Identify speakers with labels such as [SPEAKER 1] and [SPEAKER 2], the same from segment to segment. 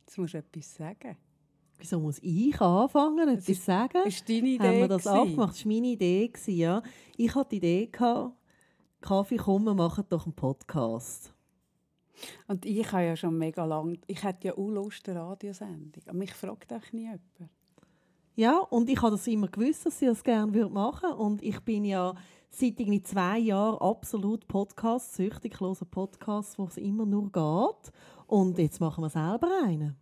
[SPEAKER 1] Jetzt musst du etwas sagen.
[SPEAKER 2] Wieso muss ich anfangen, etwas
[SPEAKER 1] ist-
[SPEAKER 2] sagen?
[SPEAKER 1] Das war deine Idee.
[SPEAKER 2] haben wir das
[SPEAKER 1] gewesen.
[SPEAKER 2] abgemacht? Das war meine Idee. gewesen, Ja. Ich hatte die Idee, gehabt, Kaffee kommen, machen doch einen Podcast.
[SPEAKER 1] Und ich habe ja schon mega lang... Ich hätte ja auch Lust eine Radiosendung. Aber mich fragt auch nie jemand.
[SPEAKER 2] Ja, und ich habe das immer gewusst, dass ich das gerne würde machen würde. Und ich bin ja seit irgendwie zwei Jahren absolut Podcast-süchtig. Ich höre Podcasts, wo es immer nur geht. Und jetzt machen wir selber einen.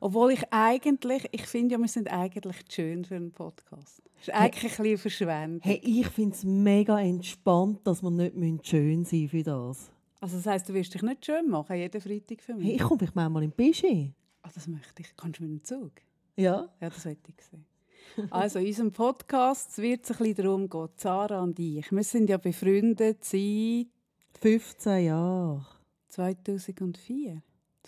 [SPEAKER 1] Obwohl ich eigentlich... Ich finde ja, wir sind eigentlich zu schön für einen Podcast. Das ist eigentlich ein bisschen verschwendet.
[SPEAKER 2] Hey, ich finde es mega entspannt, dass wir nicht müssen schön sein für das.
[SPEAKER 1] Also das heisst, du wirst dich nicht schön machen, jeden Freitag für mich?
[SPEAKER 2] Hey, ich komme mich manchmal in Bischi.
[SPEAKER 1] Ah, das möchte ich. Kannst du mit dem Zug?
[SPEAKER 2] Ja.
[SPEAKER 1] Ja, das hätte ich gesehen. Also, in unserem Podcast wird es ein bisschen darum gehen, Sarah und ich. Wir sind ja befreundet seit
[SPEAKER 2] 15 Jahre.
[SPEAKER 1] 2004.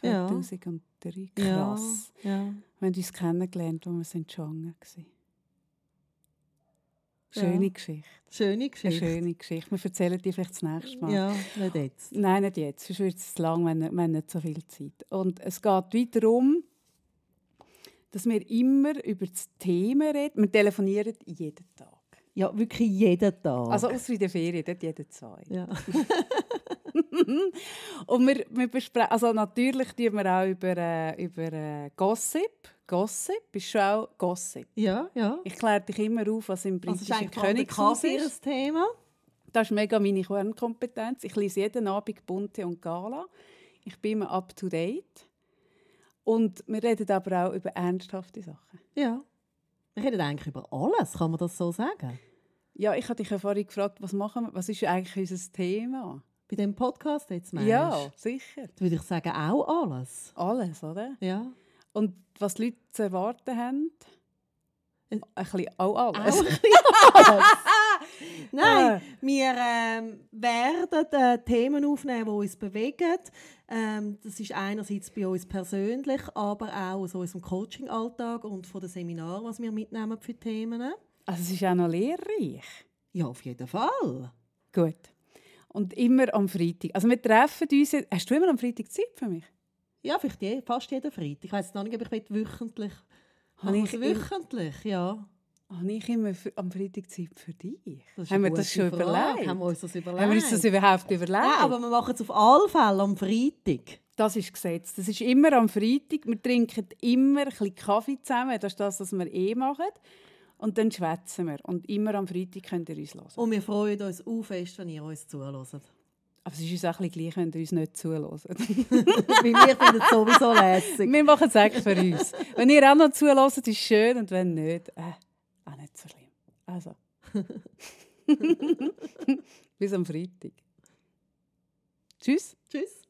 [SPEAKER 2] Ja.
[SPEAKER 1] 2003. Krass. Wir
[SPEAKER 2] Ja.
[SPEAKER 1] haben uns kennengelernt, als wir sind schwanger waren. Schöne
[SPEAKER 2] Ja.
[SPEAKER 1] Geschichte.
[SPEAKER 2] Schöne
[SPEAKER 1] Eine
[SPEAKER 2] Geschichte.
[SPEAKER 1] schöne Geschichte. Wir erzählen die vielleicht das nächste Mal.
[SPEAKER 2] Ja, nicht jetzt.
[SPEAKER 1] Nein, nicht jetzt. Sonst wird es zu lang, wenn wir haben nicht so viel Zeit. Und es geht wieder darum, dass wir immer über das Thema reden. Wir telefonieren jeden Tag.
[SPEAKER 2] Ja, wirklich jeden Tag.
[SPEAKER 1] Also außer in der Ferien, dort jeden zwei.
[SPEAKER 2] ja.
[SPEAKER 1] Und wir, wir besprechen, also natürlich tun wir auch über, äh, über äh, Gossip. Gossip ist schon auch Gossip.
[SPEAKER 2] ja, ja.
[SPEAKER 1] Ich kläre dich immer auf, was im
[SPEAKER 2] Also es ist
[SPEAKER 1] britischen
[SPEAKER 2] eigentlich gerade
[SPEAKER 1] Königshaus
[SPEAKER 2] Kaffee
[SPEAKER 1] ist.
[SPEAKER 2] das Thema.
[SPEAKER 1] Das ist mega meine Kernkompetenz. Ich lese jeden Abend Bunte und Gala. Ich bin immer up to date. Und wir reden aber auch über ernsthafte Sachen.
[SPEAKER 2] Ja. Wir reden eigentlich über alles, kann man das so sagen?
[SPEAKER 1] Ja, ich hatte dich ja vorhin gefragt, was machen wir, was ist eigentlich unser Thema?
[SPEAKER 2] Bei dem Podcast jetzt meinst
[SPEAKER 1] Ja, sicher.
[SPEAKER 2] du? würde ich sagen, auch alles.
[SPEAKER 1] Alles, oder?
[SPEAKER 2] Ja.
[SPEAKER 1] Und was die Leute zu erwarten haben?
[SPEAKER 2] Äh,
[SPEAKER 1] Ein bisschen auch alles.
[SPEAKER 2] Auch ein bisschen alles.
[SPEAKER 1] Ah.
[SPEAKER 2] Nein, wir ähm, werden äh, Themen aufnehmen, die uns bewegen. Ähm, das ist einerseits bei uns persönlich, aber auch aus unserem Coaching-Alltag und von den Seminaren, was wir mitnehmen für Themen.
[SPEAKER 1] Also es ist auch noch lehrreich.
[SPEAKER 2] Ja, auf jeden Fall.
[SPEAKER 1] Gut. Und immer am Freitag. Also wir treffen uns... jetzt- Hast du immer am Freitag Zeit für mich?
[SPEAKER 2] Ja, vielleicht je, fast jeden Freitag. Ich weiß noch nicht, ob ich will, wöchentlich.
[SPEAKER 1] Habe
[SPEAKER 2] Machen
[SPEAKER 1] ich
[SPEAKER 2] wir
[SPEAKER 1] im-
[SPEAKER 2] es wöchentlich, ja.
[SPEAKER 1] Habe Ah, ich immer für, am Freitag Zeit für dich?
[SPEAKER 2] Das ist
[SPEAKER 1] haben wir
[SPEAKER 2] eine
[SPEAKER 1] das
[SPEAKER 2] gute
[SPEAKER 1] schon
[SPEAKER 2] Frage.
[SPEAKER 1] überlegt?
[SPEAKER 2] Haben wir uns das überlegt?
[SPEAKER 1] Haben wir uns das überhaupt überlegt?
[SPEAKER 2] Nein, aber wir machen es auf alle Fälle am Freitag.
[SPEAKER 1] das ist Gesetz. Das ist immer am Freitag. Wir trinken immer ein bisschen Kaffee zusammen. Das ist das, was wir eh machen. Und dann schwätzen wir. Und immer am Freitag könnt ihr uns hören.
[SPEAKER 2] Und wir freuen uns auch fest, wenn ihr uns zuhört.
[SPEAKER 1] Aber es ist uns auch ein bisschen gleich, wenn ihr uns nicht zulässt.
[SPEAKER 2] Weil wir finden es sowieso lässig.
[SPEAKER 1] wir machen es echt für uns. Wenn ihr auch noch zulässt, ist schön. Und wenn nicht, äh, auch nicht so schlimm. Also. Bis am Freitag. Tschüss.
[SPEAKER 2] Tschüss.